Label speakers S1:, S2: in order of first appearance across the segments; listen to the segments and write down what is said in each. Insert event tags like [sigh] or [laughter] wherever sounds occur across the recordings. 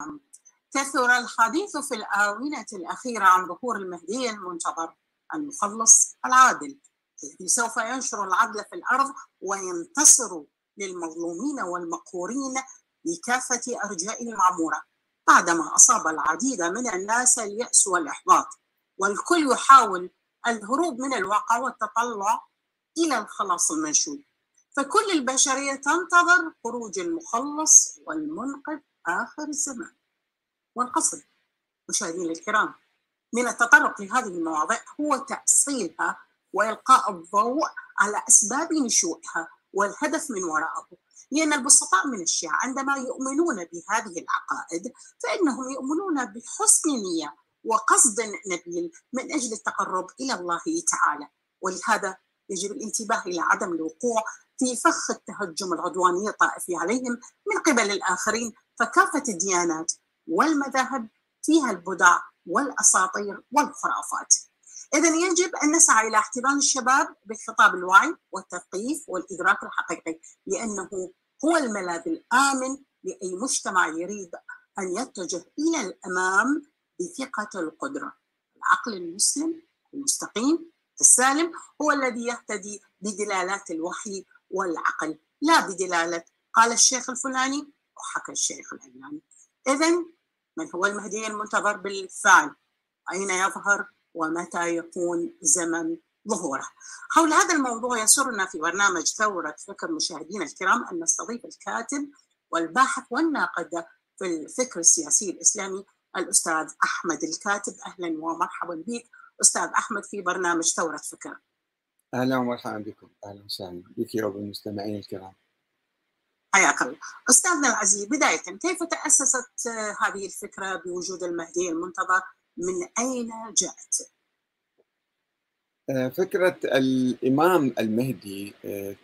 S1: الوطن كثر الحديث في الآونة الأخيرة عن ظهور المهدي المنتظر المخلص العادل الذي سوف ينشر العدل في الأرض وينتصر للمظلومين والمقهورين بكافة أرجائه المعمورة بعدما أصاب العديد من الناس اليأس والإحباط والكل يحاول الهروب من الواقع والتطلع إلى الخلاص المنشود فكل البشرية تنتظر خروج المخلص والمنقذ آخر الزمان والقصد مشاهدينا الكرام من التطرق لهذه المواضيع هو تأصيلها وإلقاء الضوء على أسباب نشوئها والهدف من وراءه لأن البسطاء من الشيعة عندما يؤمنون بهذه العقائد فإنهم يؤمنون بحسن نية وقصد نبيل من أجل التقرب إلى الله تعالى ولهذا يجب الانتباه إلى عدم الوقوع في فخ التهجم العدواني الطائفي عليهم من قبل الآخرين فكافة الديانات والمذاهب فيها البدع والأساطير والخرافات إذا يجب أن نسعى إلى احتضان الشباب بخطاب الوعي والتثقيف والإدراك الحقيقي لأنه هو الملاذ الآمن لأي مجتمع يريد أن يتجه إلى الأمام بثقة القدرة العقل المسلم المستقيم السالم هو الذي يهتدي بدلالات الوحي والعقل لا بدلالة قال الشيخ الفلاني وحكى الشيخ العلاني إذا من هو المهدي المنتظر بالفعل أين يظهر ومتى يكون زمن ظهوره حول هذا الموضوع يسرنا في برنامج ثورة فكر مشاهدينا الكرام أن نستضيف الكاتب والباحث والناقد في الفكر السياسي الإسلامي الأستاذ أحمد الكاتب أهلا ومرحبا بك أستاذ أحمد في برنامج ثورة فكر
S2: أهلا ومرحبا بكم أهلا وسهلا بك وبالمستمعين الكرام
S1: حياك الله أستاذنا العزيز بداية كيف تأسست هذه الفكرة بوجود المهدي المنتظر من أين جاءت؟
S2: آه، فكرة الإمام المهدي آه،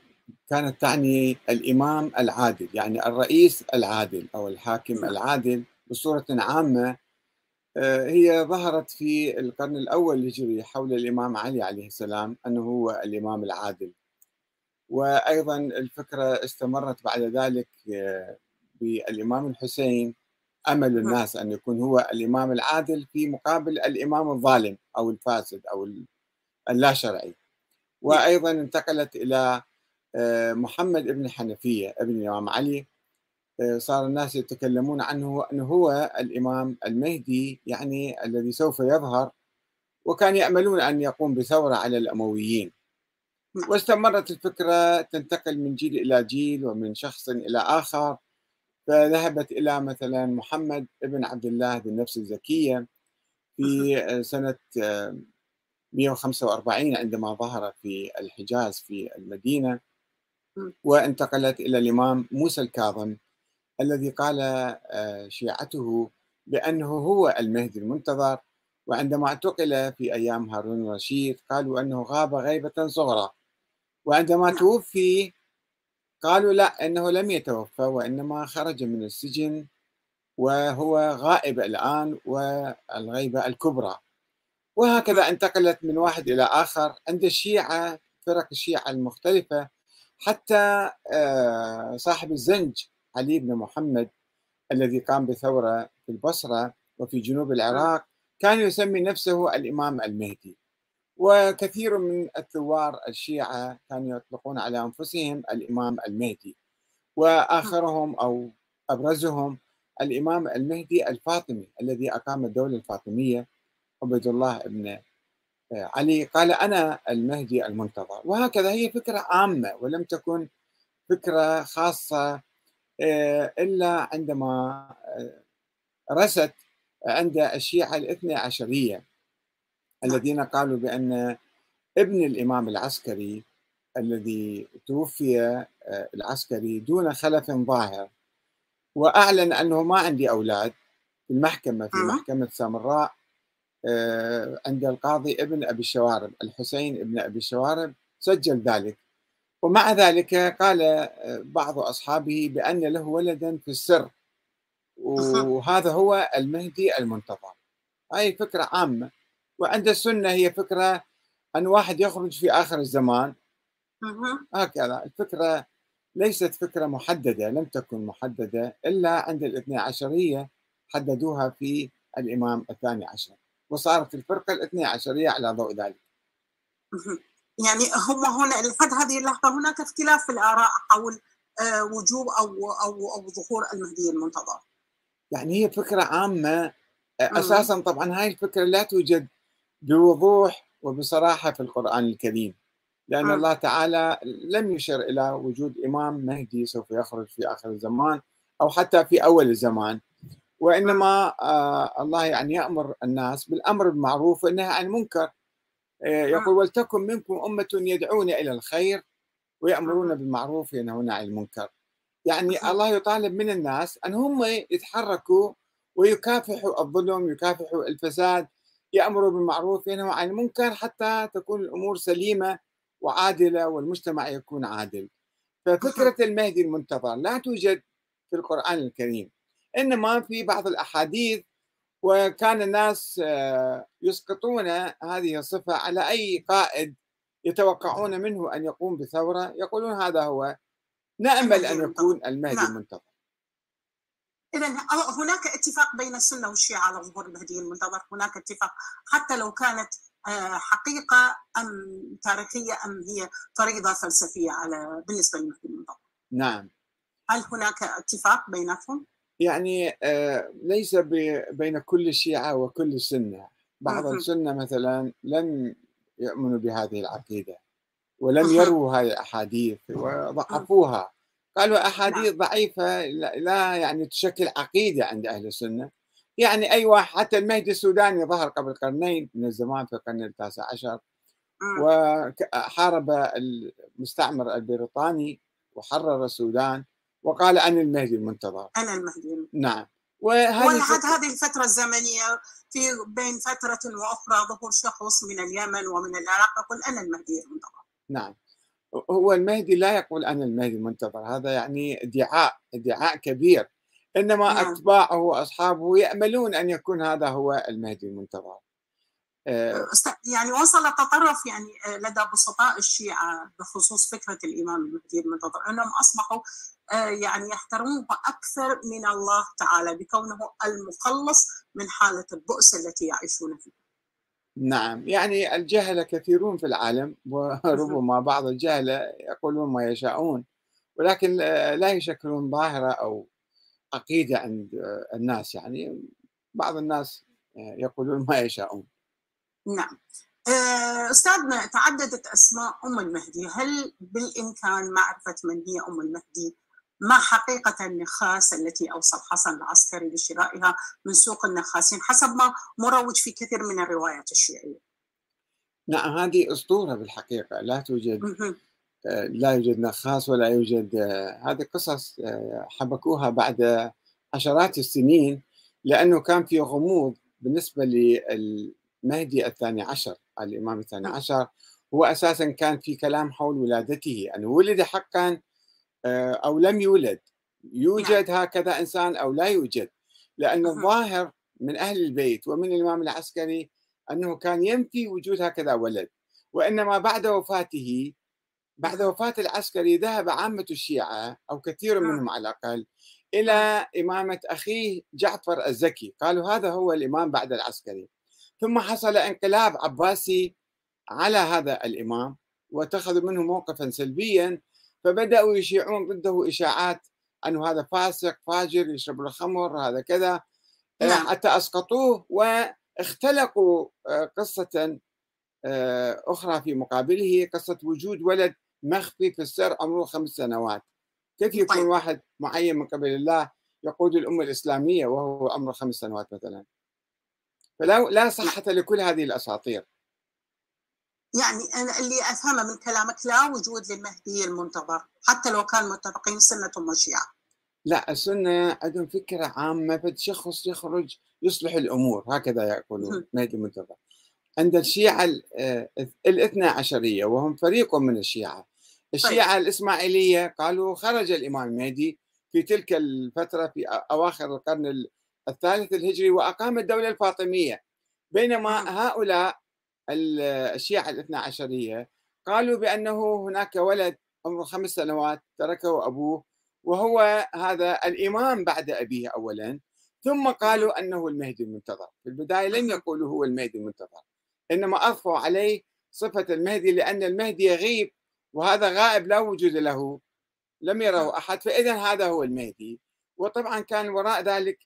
S2: كانت تعني الإمام العادل يعني الرئيس العادل أو الحاكم العادل بصورة عامة آه، هي ظهرت في القرن الأول الهجري حول الإمام علي عليه السلام أنه هو الإمام العادل وأيضا الفكرة استمرت بعد ذلك آه، بالإمام الحسين امل الناس ان يكون هو الامام العادل في مقابل الامام الظالم او الفاسد او اللا شرعي وايضا انتقلت الى محمد ابن الحنفيه ابن الامام علي آه، صار الناس يتكلمون عنه انه هو الامام المهدي يعني الذي سوف يظهر وكان ياملون ان يقوم بثوره على الامويين واستمرت الفكره تنتقل من جيل الى جيل ومن شخص الى اخر فذهبت الى مثلا محمد بن عبد الله بن نفس الزكيه في آه، سنه 145 عندما ظهر في الحجاز في المدينه وانتقلت الى الامام موسى الكاظم الذي قال آه، شيعته بانه هو المهدي المنتظر وعندما اعتقل في ايام هارون الرشيد قالوا انه غاب غيبه صغرى وعندما توفي قالوا لا انه لم يتوفى وانما خرج من السجن وهو غائب الان والغيبه الكبرى وهكذا انتقلت من واحد الى اخر عند الشيعه فرق الشيعه المختلفه حتى آه، صاحب الزنج علي بن محمد الذي قام بثوره في البصره وفي جنوب العراق كان يسمي نفسه الامام المهدي وكثير من الثوار الشيعة كانوا يطلقون على أنفسهم الإمام المهدي وآخرهم أو أبرزهم الإمام المهدي الفاطمي الذي أقام الدولة الفاطمية عبد الله بن علي قال أنا المهدي المنتظر وهكذا هي فكرة عامة ولم تكن فكرة خاصة آه، إلا عندما آه، رست عند الشيعة الاثنى عشرية الذين قالوا بأن ابن الإمام العسكري الذي توفي آه، العسكري دون خلف ظاهر وأعلن أنه ما عندي أولاد في المحكمة في محكمة سامراء آه، عند القاضي ابن أبي الشوارب الحسين ابن أبي الشوارب سجل ذلك ومع ذلك قال آه، بعض أصحابه بأن له ولدا في السر وهذا هو المهدي المنتظر هاي فكرة عامة وعند السنة هي فكرة أن واحد يخرج في آخر الزمان هكذا الفكرة ليست فكرة محددة لم تكن محددة إلا عند الاثنى عشرية حددوها في الإمام الثاني عشر وصارت الفرقة الاثني عشرية على ضوء ذلك
S1: يعني هم هنا لحد هذه اللحظة هناك اختلاف في الآراء حول آه، وجوب أو أو أو ظهور المهدي المنتظر
S2: يعني هي فكرة عامة أساسا طبعا هاي الفكرة لا توجد بوضوح وبصراحة في القرآن الكريم لأن م. الله تعالى لم يشر إلى وجود إمام مهدي سوف يخرج في آخر الزمان أو حتى في أول الزمان وإنما آه الله يعني يأمر الناس بالأمر بالمعروف والنهي عن المنكر آه يقول ولتكن منكم أمة يدعون إلى الخير ويأمرون بالمعروف وينهون عن المنكر يعني الله يطالب من الناس أن هم يتحركوا ويكافحوا الظلم يكافحوا الفساد يأمروا بالمعروف وينهوا عن المنكر حتى تكون الأمور سليمة وعادلة والمجتمع يكون عادل ففكرة المهدي المنتظر لا توجد في القرآن الكريم إنما في بعض الأحاديث وكان الناس آه، يسقطون هذه الصفة على أي قائد يتوقعون منه أن يقوم بثورة يقولون هذا هو نأمل أن يكون المهدي المنتظر
S1: اذا هناك اتفاق بين السنه والشيعه على ظهور المهدي المنتظر، هناك اتفاق حتى لو كانت آه، حقيقه ام تاريخيه ام هي فريضه فلسفيه على بالنسبه للمهدي المنتظر.
S2: نعم.
S1: هل هناك اتفاق بينكم؟
S2: يعني ليس بين كل الشيعه وكل السنه، بعض م-م. السنه مثلا لم يؤمنوا بهذه العقيده ولم يروا هذه الاحاديث وضعفوها. قالوا احاديث ضعيفه لا يعني تشكل عقيده عند اهل السنه يعني اي واحد حتى المهدي السوداني ظهر قبل قرنين من الزمان في القرن التاسع عشر
S1: نعم.
S2: وحارب المستعمر البريطاني وحرر السودان وقال انا المهدي المنتظر
S1: انا المهدي
S2: نعم
S1: وهذه فت... هذه الفتره الزمنيه في بين فتره واخرى ظهور شخص من اليمن ومن العراق يقول انا المهدي المنتظر
S2: نعم هو المهدي لا يقول انا المهدي المنتظر هذا يعني ادعاء ادعاء كبير انما نعم. اتباعه واصحابه ياملون ان يكون هذا هو المهدي المنتظر
S1: آه يعني وصل تطرف يعني لدى بسطاء الشيعه بخصوص فكره الامام المهدي المنتظر انهم اصبحوا آه يعني يحترموه اكثر من الله تعالى بكونه المخلص من حاله البؤس التي يعيشون فيها
S2: نعم يعني الجهلة كثيرون في العالم وربما بعض الجهلة يقولون ما يشاءون ولكن لا يشكلون ظاهرة أو عقيدة عند الناس يعني بعض الناس يقولون ما يشاءون
S1: نعم آه، أستاذنا تعددت أسماء أم المهدي هل بالإمكان معرفة من هي أم المهدي ما حقيقة النخاس التي أوصى الحسن العسكري لشرائها من سوق النخاسين حسب ما مروج في كثير من الروايات الشيعية
S2: نعم هذه أسطورة بالحقيقة لا توجد آه، لا يوجد نخاس ولا يوجد آه، هذه قصص آه، حبكوها بعد عشرات السنين لأنه كان في غموض بالنسبة للمهدي الثاني عشر الإمام الثاني عشر هو أساسا كان في كلام حول ولادته أنه ولد حقا آه، أو لم يولد يوجد نعم. هكذا إنسان أو لا يوجد لأن الظاهر من أهل البيت ومن الإمام العسكري أنه كان ينفي وجود هكذا ولد وإنما بعد وفاته بعد وفاة العسكري ذهب عامة الشيعة أو كثير منهم على الأقل إلى إمامة أخيه جعفر الزكي قالوا هذا هو الإمام بعد العسكري ثم حصل انقلاب عباسي على هذا الإمام واتخذوا منه موقفا سلبيا فبداوا يشيعون ضده اشاعات انه هذا فاسق فاجر يشرب الخمر هذا كذا نعم. حتى اسقطوه واختلقوا آه، قصه اخرى في مقابله قصه وجود ولد مخفي في السر عمره خمس سنوات كيف يكون طيب. واحد معين من قبل الله يقود الامه الاسلاميه وهو عمره خمس سنوات مثلا فلا لا صحه لكل هذه الاساطير
S1: يعني أنا اللي افهمه من كلامك لا وجود للمهدي المنتظر حتى لو كان متفقين سنه وشيعه
S2: لا السنه عندهم فكره عامه فشخص يخرج يصلح الامور هكذا يقولون مهدي المنتظر عند الشيعه الاثنى عشريه وهم فريق من الشيعه الشيعه طيب. الاسماعيليه قالوا خرج الامام المهدي في تلك الفتره في اواخر القرن الثالث الهجري واقام الدوله الفاطميه بينما هؤلاء الشيعة الاثنى عشرية قالوا بأنه هناك ولد عمره خمس سنوات تركه أبوه وهو هذا الإمام بعد أبيه أولا ثم قالوا انه المهدي المنتظر في البدايه لم يقولوا هو المهدي المنتظر انما اضفوا عليه صفه المهدي لان المهدي يغيب وهذا غائب لا وجود له لم يره احد فاذا هذا هو المهدي وطبعا كان وراء ذلك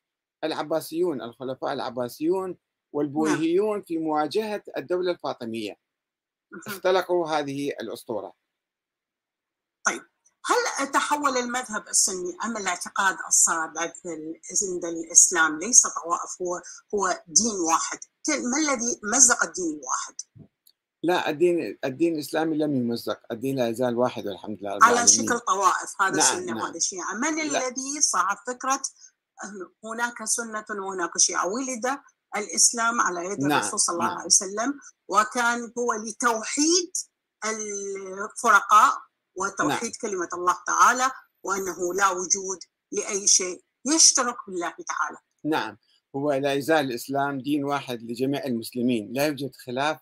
S2: العباسيون الخلفاء العباسيون والبويهيون في مواجهه الدوله الفاطميه اختلقوا هذه الاسطوره
S1: هل تحول المذهب السني ام الاعتقاد الصادق عند الاسلام ليس طوائف هو هو دين واحد ما الذي مزق الدين الواحد؟
S2: لا الدين الدين الاسلامي لم يمزق، الدين لا يزال واحد والحمد لله
S1: على العالمين. شكل طوائف هذا نعم سنه نعم. وهذا شيعه، من لا. الذي صاحب فكره هناك سنه وهناك شيعه؟ ولد الاسلام على يد نعم. الرسول صلى الله نعم. عليه وسلم وكان هو لتوحيد الفرقاء وتوحيد نعم. كلمة الله تعالى وأنه لا وجود لأي شيء يشترك بالله تعالى
S2: نعم هو لا يزال الإسلام دين واحد لجميع المسلمين لا يوجد خلاف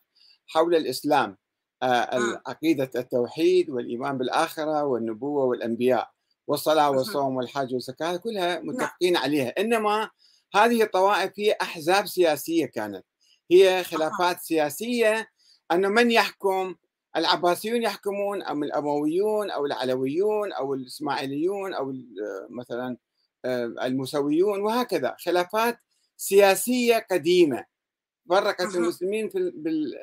S2: حول الإسلام آه عقيدة التوحيد والإيمان بالآخرة والنبوة والأنبياء والصلاة والصوم والحج والزكاة كلها متفقين نعم. عليها إنما هذه الطوائف هي أحزاب سياسية كانت هي خلافات آه. سياسية أن من يحكم العباسيون يحكمون ام الامويون او العلويون او الاسماعيليون او مثلا المسويون آه، وهكذا خلافات سياسيه قديمه فرقت المسلمين في بال...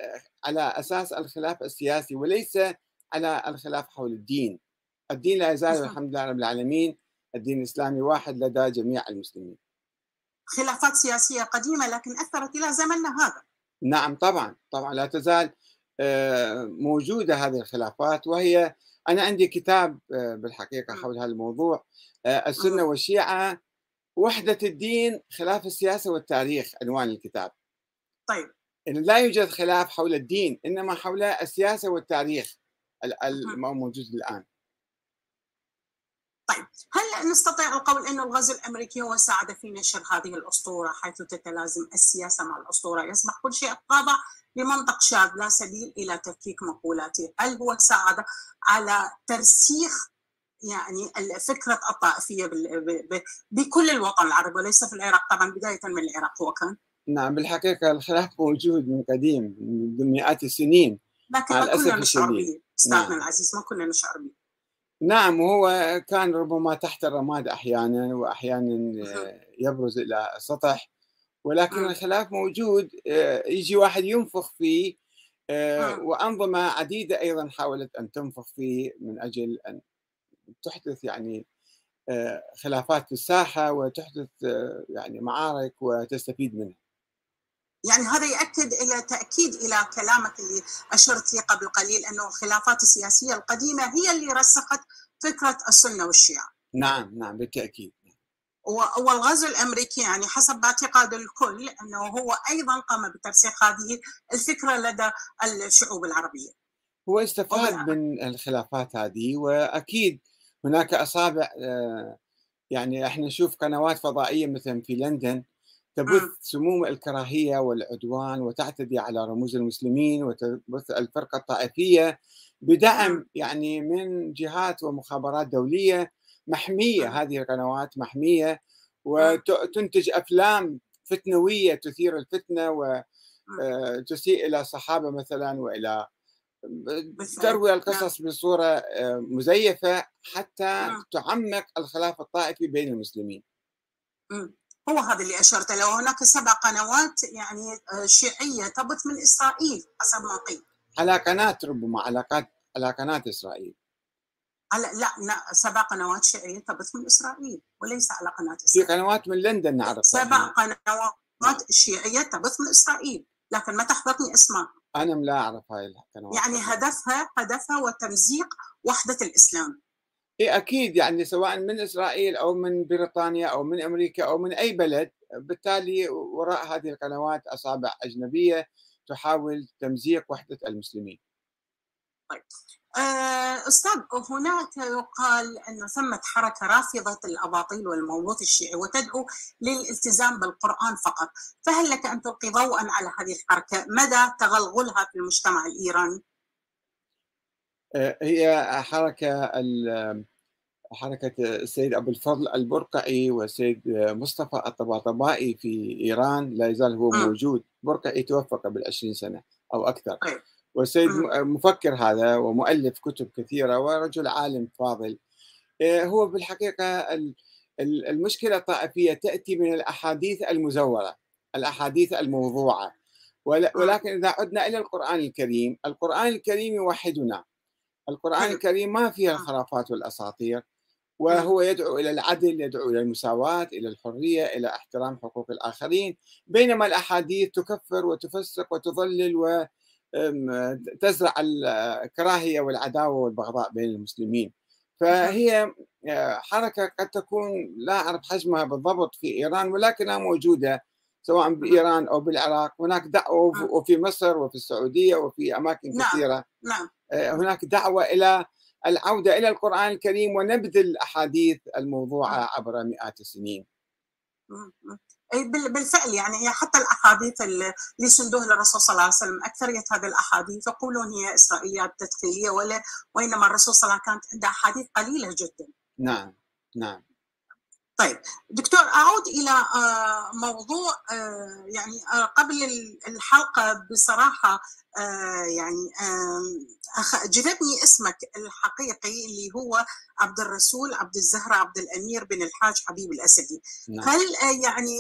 S2: على اساس الخلاف السياسي وليس على الخلاف حول الدين الدين لا يزال الحمد لله رب العالمين الدين الاسلامي واحد لدى جميع المسلمين
S1: خلافات سياسيه قديمه لكن اثرت الى زمننا هذا
S2: نعم طبعا طبعا لا تزال موجوده هذه الخلافات وهي انا عندي كتاب بالحقيقه حول هذا الموضوع آه، السنه والشيعه وحده الدين خلاف السياسه والتاريخ عنوان الكتاب.
S1: طيب
S2: لا يوجد خلاف حول الدين انما حول السياسه والتاريخ الموجود الان.
S1: طيب هل نستطيع القول ان الغزو الامريكي هو ساعد في نشر هذه الاسطوره حيث تتلازم السياسه مع الاسطوره يصبح كل شيء خاضع لمنطق شاذ لا سبيل الى تفكيك مقولاته، هل هو ساعد على ترسيخ يعني فكره الطائفيه بكل الوطن العربي وليس في العراق طبعا بدايه من العراق هو كان
S2: نعم بالحقيقه الخلاف [laughs] موجود من قديم من مئات السنين
S1: لكن ما كنا نشعر به استاذنا نعم. العزيز ما كنا نشعر به
S2: نعم وهو كان ربما تحت الرماد احيانا واحيانا يبرز الى السطح ولكن الخلاف موجود آه، يجي واحد ينفخ فيه آه، وانظمه عديده ايضا حاولت ان تنفخ فيه من اجل ان تحدث يعني خلافات في الساحه وتحدث يعني معارك وتستفيد منها.
S1: يعني هذا يؤكد الى تاكيد الى كلامك اللي اشرت لي قبل قليل انه الخلافات السياسيه القديمه هي اللي رسخت فكره السنه والشيعه.
S2: نعم نعم بالتاكيد.
S1: والغزو الامريكي يعني حسب اعتقاد الكل انه هو ايضا قام بترسيخ هذه الفكره لدى الشعوب العربيه.
S2: هو استفاد من الخلافات هذه واكيد هناك اصابع يعني احنا نشوف قنوات فضائيه مثلا في لندن تبث سموم الكراهيه والعدوان وتعتدي على رموز المسلمين وتبث الفرقه الطائفيه بدعم يعني من جهات ومخابرات دوليه محميه هذه القنوات محميه وتنتج افلام فتنويه تثير آه، الفتنه
S1: نعم.
S2: وتسيء الى الصحابه مثلا والى تروي
S1: نعم.
S2: القصص بصوره مزيفه حتى
S1: نعم.
S2: تعمق الخلاف الطائفي بين المسلمين.
S1: هو هذا اللي اشرت له هناك سبع قنوات يعني شيعيه تبث من اسرائيل حسب ما قيل.
S2: على قناه ربما على على قناه اسرائيل.
S1: على لا, لا سبع قنوات شيعيه تبث من اسرائيل وليس على قناه
S2: اسرائيل في قنوات من لندن نعرف
S1: سبع قنوات شيعيه تبث من اسرائيل لكن ما تحضرني اسمها
S2: انا لا اعرف هاي القنوات
S1: يعني هدفها هدفها وتمزيق وحده الاسلام
S2: إيه اكيد يعني سواء من اسرائيل او من بريطانيا او من امريكا او من اي بلد بالتالي وراء هذه القنوات اصابع اجنبيه تحاول تمزيق وحده المسلمين
S1: طيب استاذ آه، هناك يقال ان ثمه حركه رافضه الاباطيل والموروث الشيعي وتدعو للالتزام بالقران فقط، فهل لك ان تلقي ضوءا على هذه الحركه؟ مدى تغلغلها في المجتمع
S2: آه،
S1: الايراني؟
S2: هي حركه حركة السيد أبو الفضل البرقعي والسيد مصطفى الطباطبائي في إيران لا يزال هو موجود برقعي توفى قبل 20 سنة أو أكثر والسيد مفكر هذا ومؤلف كتب كثيرة ورجل عالم فاضل آه، هو بالحقيقة المشكلة الطائفية تأتي من الأحاديث المزورة الأحاديث الموضوعة ولكن إذا عدنا إلى القرآن الكريم القرآن الكريم يوحدنا القرآن الكريم ما فيه الخرافات والأساطير وهو يدعو إلى العدل يدعو إلى المساواة إلى الحرية إلى احترام حقوق الآخرين بينما الأحاديث تكفر وتفسق وتضلل وتزرع الكراهية والعداوة والبغضاء بين المسلمين فهي آه، حركة قد تكون لا أعرف حجمها بالضبط في إيران ولكنها موجودة
S1: نعم.
S2: سواء بإيران أو بالعراق هناك دعوة وفي مصر وفي السعودية وفي أماكن كثيرة آه،
S1: نعم
S2: هناك دعوة إلى العودة إلى القرآن الكريم ونبذ الأحاديث
S1: نعم.
S2: الموضوعة عبر مئات السنين
S1: بالفعل يعني هي حتى الاحاديث اللي سندوه للرسول صلى الله عليه وسلم اكثريه هذه الاحاديث يقولون هي اسرائيليات تدخيليه ولا وانما الرسول صلى الله عليه وسلم كانت عنده احاديث قليله جدا.
S2: نعم نعم.
S1: طيب دكتور اعود الى موضوع يعني قبل الحلقه بصراحه يعني جذبني اسمك الحقيقي اللي هو عبد الرسول عبد الزهرة عبد الأمير بن الحاج حبيب الأسدي نعم. هل يعني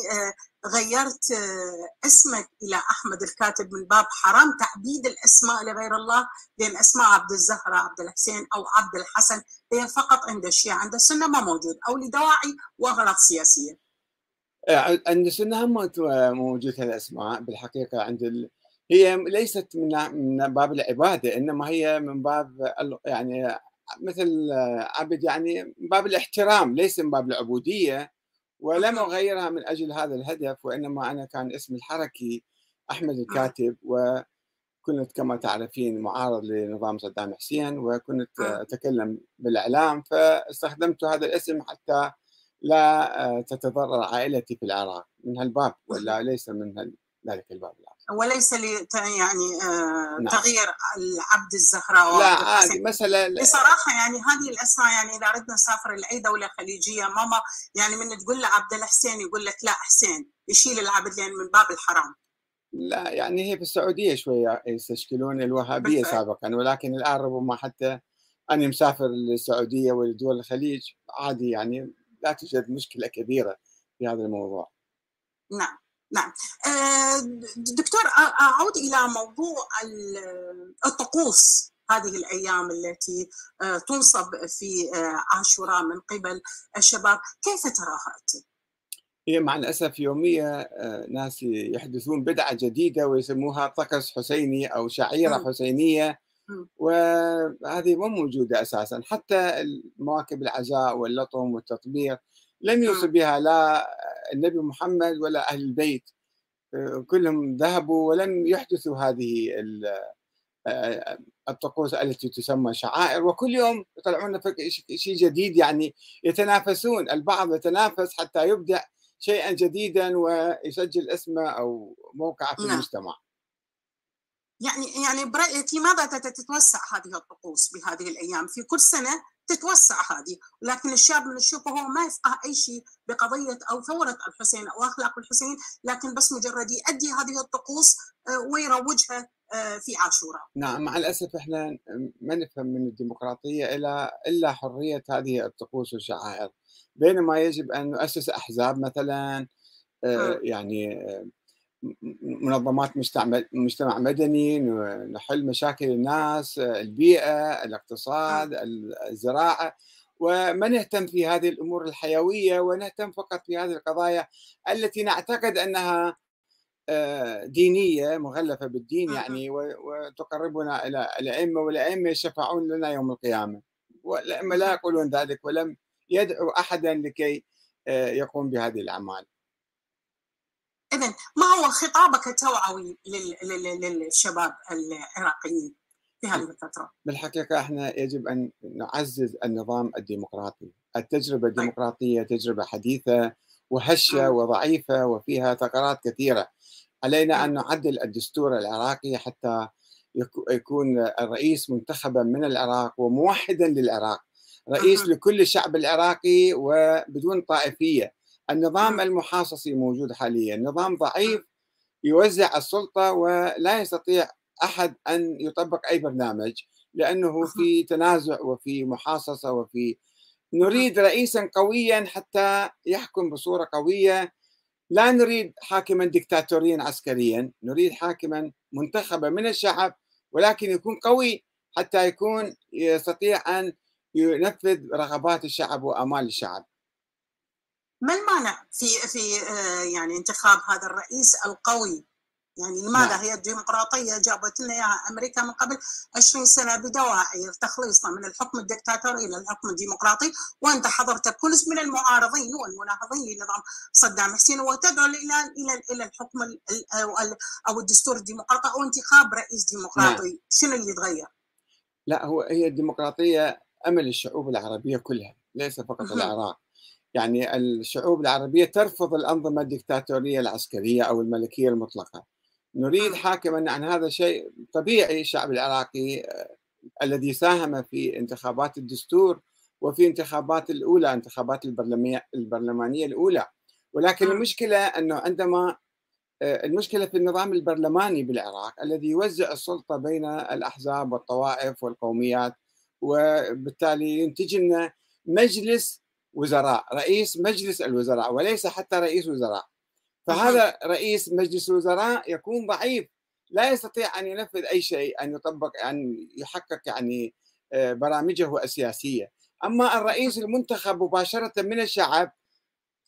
S1: غيرت آه، اسمك إلى أحمد الكاتب من باب حرام تعبيد الأسماء لغير الله لأن أسماء عبد الزهرة عبد الحسين أو عبد الحسن هي فقط عند الشيعة عند السنة ما موجود أو لدواعي وأغراض سياسية
S2: إيه، عند السنة هم موجود آه، هالأسماء بالحقيقة عند ال... هي ليست من من باب العباده انما هي من باب يعني مثل عبد يعني من باب الاحترام ليس من باب العبوديه ولم اغيرها من اجل هذا الهدف وانما انا كان اسمي الحركي احمد الكاتب وكنت كما تعرفين معارض لنظام صدام حسين وكنت اتكلم بالاعلام فاستخدمت هذا الاسم حتى لا آه، تتضرر عائلتي في العراق من هالباب ولا ليس من هال... ذلك الباب الآخر
S1: وليس لي يعني آه نعم. تغيير العبد الزهراء
S2: لا عادي مسألة
S1: بصراحة يعني هذه الأسماء يعني إذا أردنا نسافر لأي دولة خليجية ماما يعني من تقول له عبد الحسين يقول لك لا حسين يشيل العبد لأن من باب الحرام
S2: لا يعني هي في السعودية شوية يستشكلون الوهابية بالفعل. سابقا ولكن الآن ربما حتى أنا مسافر للسعودية ولدول الخليج عادي يعني لا توجد مشكلة كبيرة في هذا الموضوع
S1: نعم نعم دكتور اعود الى موضوع الطقوس هذه الايام التي آه، تنصب في آه، عاشوراء من قبل الشباب كيف تراها انت؟
S2: هي مع الاسف يوميه ناس يحدثون بدعه جديده ويسموها طقس حسيني او شعيره م. حسينيه وهذه مو موجوده اساسا حتى مواكب العزاء واللطم والتطبيق لم يوصي بها لا النبي محمد ولا اهل البيت آه، كلهم ذهبوا ولم يحدثوا هذه آه، الطقوس التي تسمى شعائر وكل يوم يطلعون شيء جديد يعني يتنافسون البعض يتنافس حتى يبدع شيئا جديدا ويسجل اسمه او موقعه في المجتمع
S1: يعني يعني برايك لماذا تتوسع هذه الطقوس بهذه الايام في كل سنه تتوسع هذه لكن الشاب من نشوفه هو ما يفقه أي شيء بقضية أو ثورة الحسين أو أخلاق الحسين لكن بس مجرد يؤدي هذه الطقوس آه، ويروجها آه، في عاشوراء
S2: نعم مع الأسف إحنا ما نفهم من الديمقراطية إلا إلا حرية هذه الطقوس والشعائر بينما يجب أن نؤسس أحزاب مثلا يعني منظمات مجتمع مدني نحل مشاكل الناس البيئة الاقتصاد الزراعة وما نهتم في هذه الأمور الحيوية ونهتم فقط في هذه القضايا التي نعتقد أنها آه، دينية مغلفة بالدين يعني وتقربنا إلى الأئمة والأئمة يشفعون لنا يوم القيامة والأئمة لا يقولون ذلك ولم يدعو أحدا لكي آه، يقوم بهذه الأعمال
S1: اذا ما هو خطابك التوعوي للشباب العراقيين في هذه الفتره؟
S2: بالحقيقه احنا يجب ان نعزز النظام الديمقراطي، التجربه الديمقراطيه تجربه حديثه وهشه وضعيفه وفيها ثغرات كثيره. علينا ان نعدل الدستور العراقي حتى يكون الرئيس منتخبا من العراق وموحدا للعراق. رئيس لكل الشعب العراقي وبدون طائفيه النظام المحاصصي موجود حاليا نظام ضعيف يوزع السلطه ولا يستطيع احد ان يطبق اي برنامج لانه في تنازع وفي محاصصه وفي نريد رئيسا قويا حتى يحكم بصوره قويه لا نريد حاكما دكتاتوريا عسكريا نريد حاكما منتخبا من الشعب ولكن يكون قوي حتى يكون يستطيع ان ينفذ رغبات الشعب وامال الشعب
S1: ما المانع في في يعني انتخاب هذا الرئيس القوي يعني لماذا نعم. هي الديمقراطيه جابت لنا اياها امريكا من قبل 20 سنه بدواعي تخليصنا من الحكم الدكتاتوري الى الحكم الديمقراطي وانت حضرتك كنت من المعارضين والمناهضين لنظام صدام حسين وتدعو الى الى الى الحكم او الدستور الديمقراطي او انتخاب رئيس ديمقراطي نعم. شنو اللي تغير؟
S2: لا هو هي الديمقراطيه امل الشعوب العربيه كلها ليس فقط العراق يعني الشعوب العربيه ترفض الانظمه الدكتاتوريه العسكريه او الملكيه المطلقه نريد حاكما عن هذا شيء طبيعي الشعب العراقي الذي ساهم في انتخابات الدستور وفي انتخابات الاولى انتخابات البرلمانيه الاولى ولكن المشكله انه عندما المشكله في النظام البرلماني بالعراق الذي يوزع السلطه بين الاحزاب والطوائف والقوميات وبالتالي ينتج لنا مجلس وزراء رئيس مجلس الوزراء وليس حتى رئيس وزراء فهذا رئيس مجلس الوزراء يكون ضعيف لا يستطيع ان ينفذ اي شيء ان يطبق ان يحقق يعني برامجه السياسيه اما الرئيس المنتخب مباشره من الشعب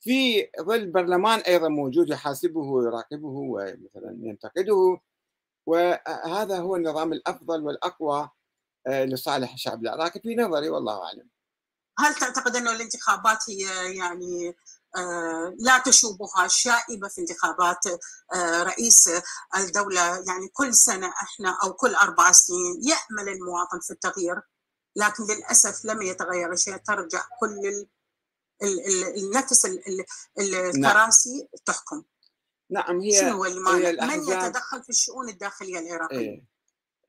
S2: في ظل برلمان ايضا موجود يحاسبه ويراقبه ومثلا ينتقده وهذا هو النظام الافضل والاقوى لصالح الشعب العراقي في نظري والله اعلم
S1: هل تعتقد انه الانتخابات هي يعني لا تشوبها شائبه في انتخابات آه، رئيس الدوله يعني كل سنه احنا او كل اربع سنين يامل المواطن في التغيير لكن للاسف لم يتغير شيء ترجع كل النفس الكراسي تحكم
S2: نعم هي
S1: شنو هي من يتدخل في الشؤون الداخليه العراقيه إيه.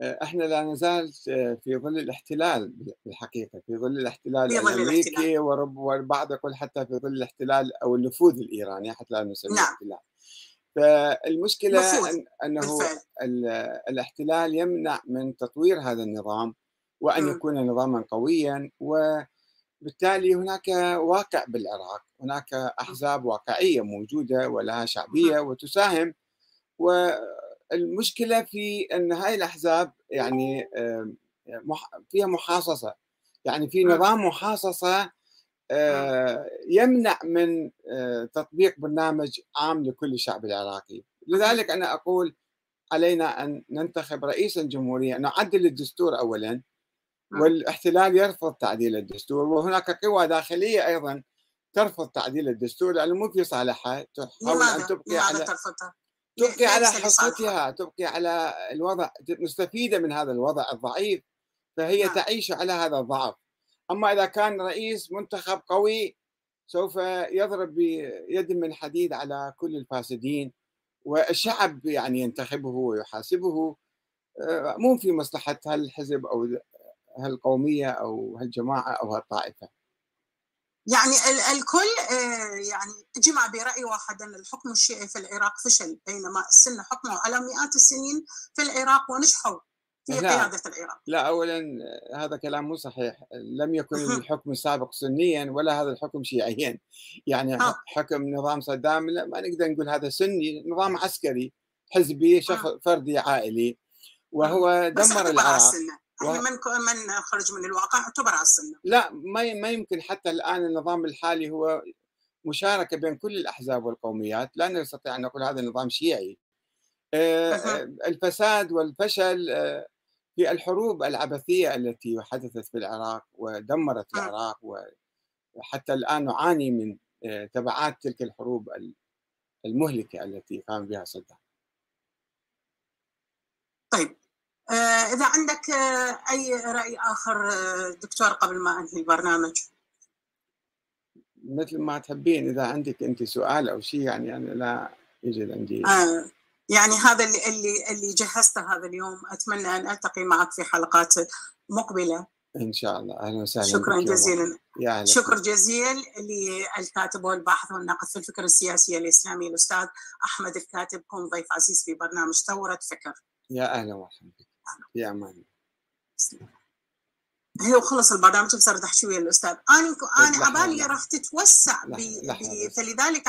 S2: احنا آه، لا نزال آه، في ظل الاحتلال بالحقيقه في ظل الاحتلال في ظل الامريكي الاحتلال. ورب والبعض يقول حتى في ظل الاحتلال او النفوذ الايراني حتى لا نسميه نعم. احتلال فالمشكله أن انه بالفعل. الاحتلال يمنع من تطوير هذا النظام وان م. يكون نظاما قويا وبالتالي هناك واقع بالعراق هناك احزاب واقعيه موجوده ولها شعبيه م. وتساهم و المشكله في ان هاي الاحزاب يعني فيها محاصصه يعني في نظام محاصصه يمنع من تطبيق برنامج عام لكل الشعب العراقي لذلك انا اقول علينا ان ننتخب رئيسا جمهوريا نعدل الدستور اولا والاحتلال يرفض تعديل الدستور وهناك قوى داخليه ايضا ترفض تعديل الدستور لانه مو في صالحها
S1: تحاول ان تبقي على ترفضها؟
S2: تبقي على حصتها تبقي على الوضع مستفيده من هذا الوضع الضعيف فهي نعم. تعيش على هذا الضعف اما اذا كان رئيس منتخب قوي سوف يضرب بيد من حديد على كل الفاسدين والشعب يعني ينتخبه ويحاسبه آه، مو في مصلحه هالحزب او هالقوميه او هالجماعه او هالطائفه
S1: يعني الكل يعني جمع برأي واحد أن الحكم الشيعي في العراق فشل بينما السنة حكموا على مئات السنين في العراق ونجحوا في لا قيادة العراق
S2: لا أولا هذا كلام مو صحيح لم يكن الحكم السابق سنيا ولا هذا الحكم شيعيا يعني حكم نظام صدام لا ما نقدر نقول هذا سني نظام عسكري حزبي شخص فردي عائلي وهو دمر العراق
S1: و... يعني من من خرج من الواقع اعتبر على السنه
S2: لا ما ما يمكن حتى الان النظام الحالي هو مشاركه بين كل الاحزاب والقوميات لا نستطيع ان نقول هذا نظام شيعي آه، الفساد والفشل آه، في الحروب العبثيه التي حدثت في العراق ودمرت العراق وحتى الان نعاني من آه، تبعات تلك الحروب المهلكه التي قام بها صدام
S1: طيب إذا عندك آه، أي رأي آخر آه، دكتور قبل ما أنهي البرنامج
S2: مثل ما تحبين إذا عندك أنت سؤال أو شيء يعني أنا لا يوجد عندي
S1: آه يعني هذا اللي اللي اللي جهزته هذا اليوم أتمنى أن ألتقي معك في حلقات مقبلة
S2: ان شاء الله اهلا وسهلا
S1: شكرا
S2: بك يا
S1: جزيلا
S2: مرحبا. يا هلا
S1: شكر جزيل للكاتب والباحث والناقد في الفكر السياسي الاسلامي الاستاذ احمد الكاتب كون ضيف عزيز في برنامج ثوره فكر
S2: يا اهلا وسهلا بك يا امان الله.
S1: هي وخلص البرنامج صارت تحشويه الاستاذ انا انا
S2: لحظة،
S1: عبالي
S2: لحظة.
S1: راح تتوسع
S2: لحظة،
S1: ب-
S2: لحظة
S1: ب-
S2: بس.
S1: فلذلك